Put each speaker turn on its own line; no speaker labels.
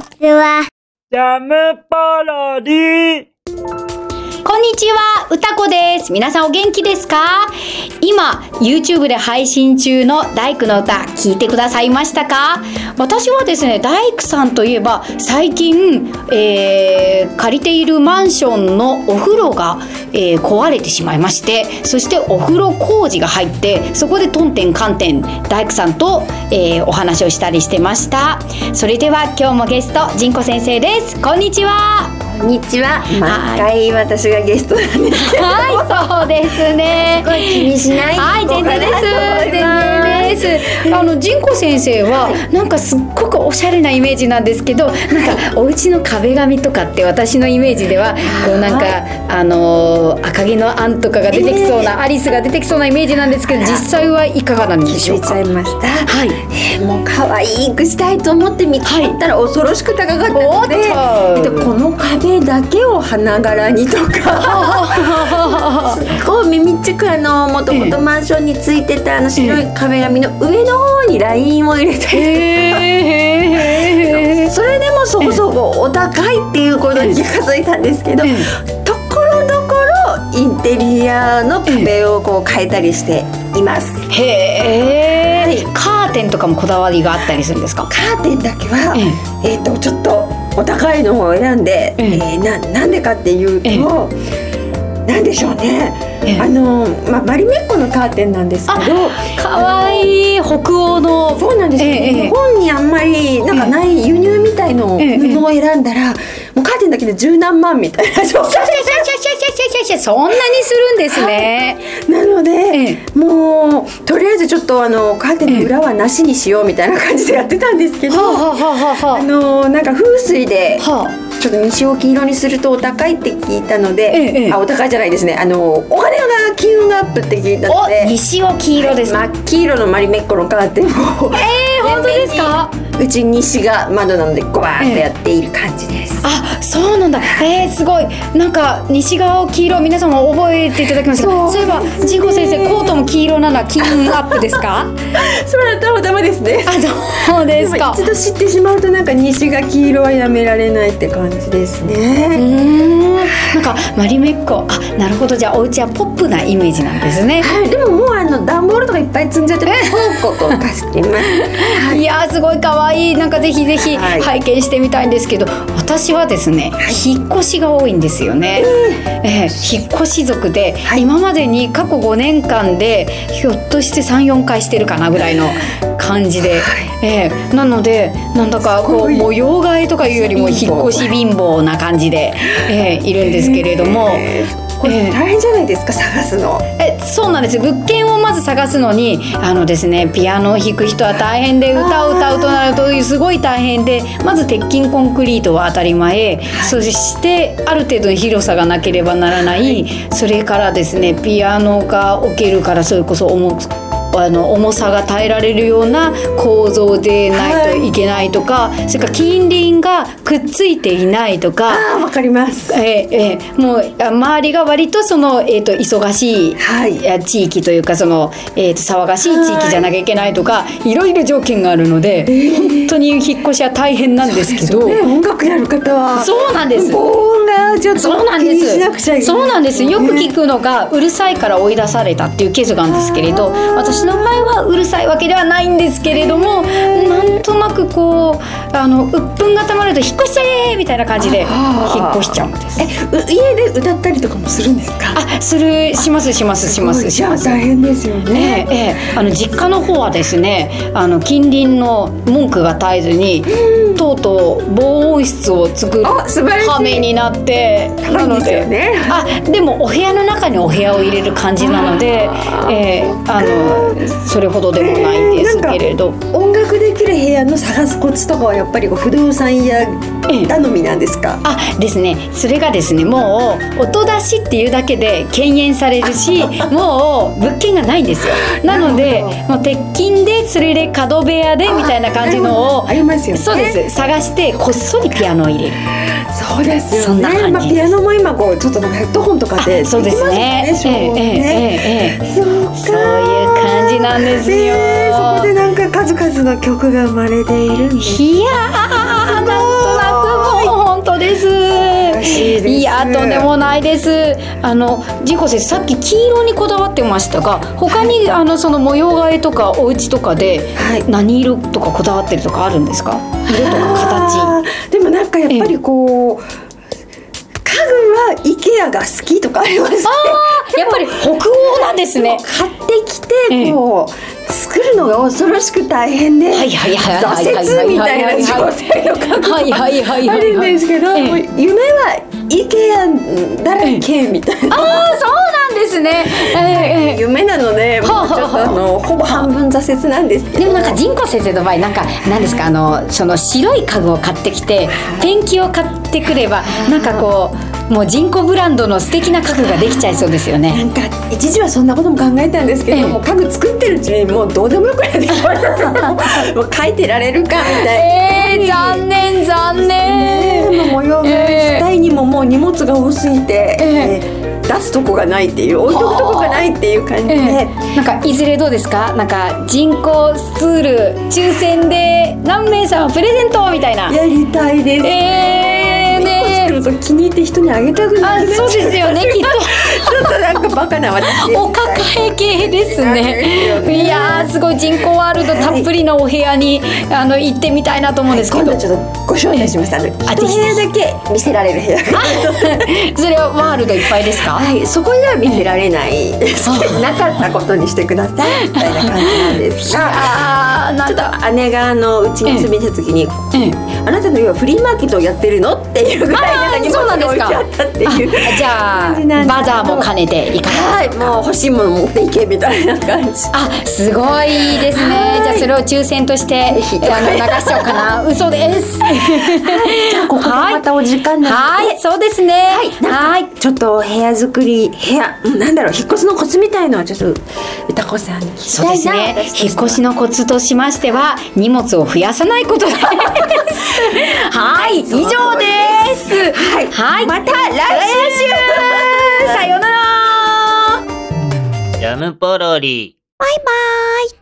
ちは。
ジャムパロディ
こんにちは、うたこです。皆さんお元気ですか今、YouTube で配信中の大工の歌、聞いてくださいましたか私はですね、大工さんといえば、最近、えー借りているマンションのお風呂が、えー壊れてしまいまして、そしてお風呂工事が入って、そこでトンテンカンテン、大工さんと、えーお話をしたりしてました。それでは、今日もゲスト、仁子先生です。こんにちは。
こんにちは。
はい
毎回私がゲストなんです。
はい、そうですね。
ごい気にしない
はい、全然です。全然です。あの、仁子先生は、なんかすっごくおしゃれなイメージなんですけど、なんかお家の壁紙とかって、私のイメージでは。こう、なんか、あのー、赤毛のアンとかが出てきそうな、アリスが出てきそうなイメージなんですけど、実際はいかがなんでし
気
ょ
づ
う
い
か。
ちゃいました。
はい。
もう可愛くしたいと思って見つけたら恐ろしく高かったので、
おっと
えっとこの壁だけを花柄にとかすっごい耳っちくあのもともとマンションについてたあの白い壁紙の上の方にラインを入れ
へ
て。
え。
それでもそこそこお高いっていうことに気が付いたんですけど、ところどころインテリアの壁をこう変えたりしています。
へえ。カーテンとかもこだわりがあったりするんですか。
カーテンだけは、
え
えっ、とちょっとお高いのを選んで、え
ええ
ーななんでかっていうと、
ええ
なんでしょうね。
ええ
あのまあマリメッコのカーテンなんですけど。
可愛い北欧の
そうなんですよ、
ええええ
日本にあんまりなんかない輸入みたいのを
ええ
布を選んだら、もうカーテンだけで十何万みたいな状
シャシャシャシャシャシャシャ
態
シャそんなにするんですね。
なので、
え
もうとりあえずちょっとあのカーテンの裏はなしにしようみたいな感じでやってたんですけど、
ははは
あ
は
のなんか風水で
は。
ちょっと西を黄色にするとお高いって聞いたので、
ええ
あお高いじゃないですねあのお金が金運がアップって聞いたの
お
で
西を黄色です。え
真っ黄色のマリメッコのカーテンを
え本当ですか。
うち西が窓なのでゴバーンとやっている感じです。
あそうなんだ。ええすごい。なんか西側を黄色皆様覚えていただきました
そ
か。
う
そういえばジンコ先生コートも黄色なのは金運アップですか。
それはたまたまですね
あそうですか。
一度知ってしまうとなんか西が黄色はやめられないって感じです
うー
ね。
ん。なんかマリメッコあなるほどじゃあお家はポップなイメージなんですね。
はい、でももうあの段ボールとかいっぱい積んじゃって倉庫とかしてます。
いやーすごい可愛いなんかぜひぜひ
はい
拝見してみたいんですけど、私はですね、引っ越しが多いんですよね、ええ引っ越し族で、
い
今までに過去5年間でひょっとして34回してるかなぐらいの感じで、ええなのでなんだかこ
すご
う
い
模様替えとかいうよりも
貧
引
乏
っ越し貧乏な感じで、ええいるんですけれども。
えーこれ大変じゃないですか探すの。
えそうなんです物件をまず探すのにあのですねピアノを弾く人は大変で歌を歌うとなるとすごい大変でまず鉄筋コンクリートは当たり前、そしてある程度の広さがなければならない、それからですねピアノが置けるからそれこそ重くあの重さが耐えられるような構造でないといけないとか、それから近隣がくっついていないとか。
ああわかります。
ええええ、もうあ周りが割とその、えー、と忙しい、
はい
や地域というかその、えー、と騒がしい地域じゃなきゃいけないとかいろいろ条件があるので、本当に引っ越しは大変なんですけどそう,、
ね音楽やる方は
なんです。
防音がちょっと
そうなん
気
で
に
す
しなくちゃいけない。
そうなんですよく聞くのがうるさいから追い出されたっていうケースがあるんですけれど私の場合はうるさいわけではないんですけれどもなんとなくこうあの鬱憤がたまると引っ越しちゃえみたいな感じで引っ越しちゃうんです。
えう家で歌ったりとかもするんですか。
あ、する、します、します、します、し
じゃ
ま
あ
す。
大変ですよ
え
ね。
え、ええ、あの実家の方はですね、あの近隣の文句が絶えずに。とうとう防音室を作る
あ素晴らしい
羽目になって、
高
ない
ん
の
ですよ
で。
ね。
あ、でもお部屋の中にお部屋を入れる感じなので、ええ、あのそれほどでもないんですけれど。
音楽できる部屋の探すコツとかはやっぱりこう不動産屋頼みなんですか。
あですねそれがですねもう音出しっていうだけで敬遠される しもう物件がないんですよなので
なる
もう鉄筋でそれで角部屋でみたいな感じのを
ありますよね。
そうです探してこっそりピアノを入れる
そうですよね。
そんな感じ
まあピアノも今こうちょっとなんかヘッドホンとかで
そうですね
できますもんね。
ええええええええ
そうか。
そういう感じなんですよ
ええそ
よ
こでなんか数々の曲が生まれているんです
いやーなんとなくもう本当です
しいです
いやとんでもないですあのジコ先生さっき黄色にこだわってましたが他にあのその模様替えとかお家とかで
はい
何色とかこだわってるとかあるんですか色とか
あーでもなんかやっぱりこう家具は IKEA が好きとかありまして
形やっぱり北欧なんですね
買ってき
ええ
てこう作るのが恐ろしく大変で
はいはいはいはいはい
挫折みたいな状態の家具
はいはいはい
あ
はい
るん
はい
ですけど、
ええ
もう夢は IKEA だらけみたいな、
ああそうなんですね、えええ
夢なので
はあ
もうちょっとあのほぼ半分挫折なんですけ
え
ど
でもなんか仁子先生の場合なんか何ですかあのその白い家具を買ってきてペンキを買ってくればなんかこうもう仁子ブランドの素敵な家具ができちゃいそうですよ
な
ね。
んか一時はそんなことも考えたんですけど、
ええ
もう家具作ってるうちにもうどうでもよくなってきました もう書いてられるかみたいな、
念残
ねえもう模様替えしたいにももう荷物が多すぎて、
ええ
ええ出すとこがないっていう置いとくとこがないっていう感じで、
ええ、なんかいずれどうですかなんか人工スツール抽選で何名様プレゼントみたいな。
やりたいです、
ええね
一個作ると気に入って人にあげたくな
あ
くなっちゃ
そうです よねきっと。
ちょっとなんかバカな私
お抱え系ですね。いやーすごい人工ワールドたっぷりのお部屋にあの行ってみたいなと思うんですけ
今
ど
度、ちょっとご紹介しますあの一
あぜひ
部屋だけ見せられる部屋が
それはワールドいっぱいですか？
はい、そこでは見せられない、 なかったことにしてくださいみたいな感じなんですが。
あーな
ちょ
ん
っと
か
姉があのうちに住みに来た時に
ええ
「あなたの家はフリーマーケットをやってるの?」っていうぐらいなんか荷
あーそうなん
物
です
が
か
置いてあったっていう。
あじゃあ
感じなんですけど
バザーも兼ねていかが
はい、もう欲しいもの持っていけみたいな感じ。
あすごいですねじゃあそれを抽選としてあの流しちゃおうかな嘘です
ここ
でまた
お時間
はいそうですねはい
ちょっとお部屋作り部屋うんなんだろう引っ越しのコツみたいのはちょっと歌子さんに聞き
そう
た
で
い
す
な。
ね
私として
引
は
っ越しのコツとしましては荷物を増やさないことですはい以上です
はい
はい
また来週
さようなら
ジャムポロリ。
バイバイ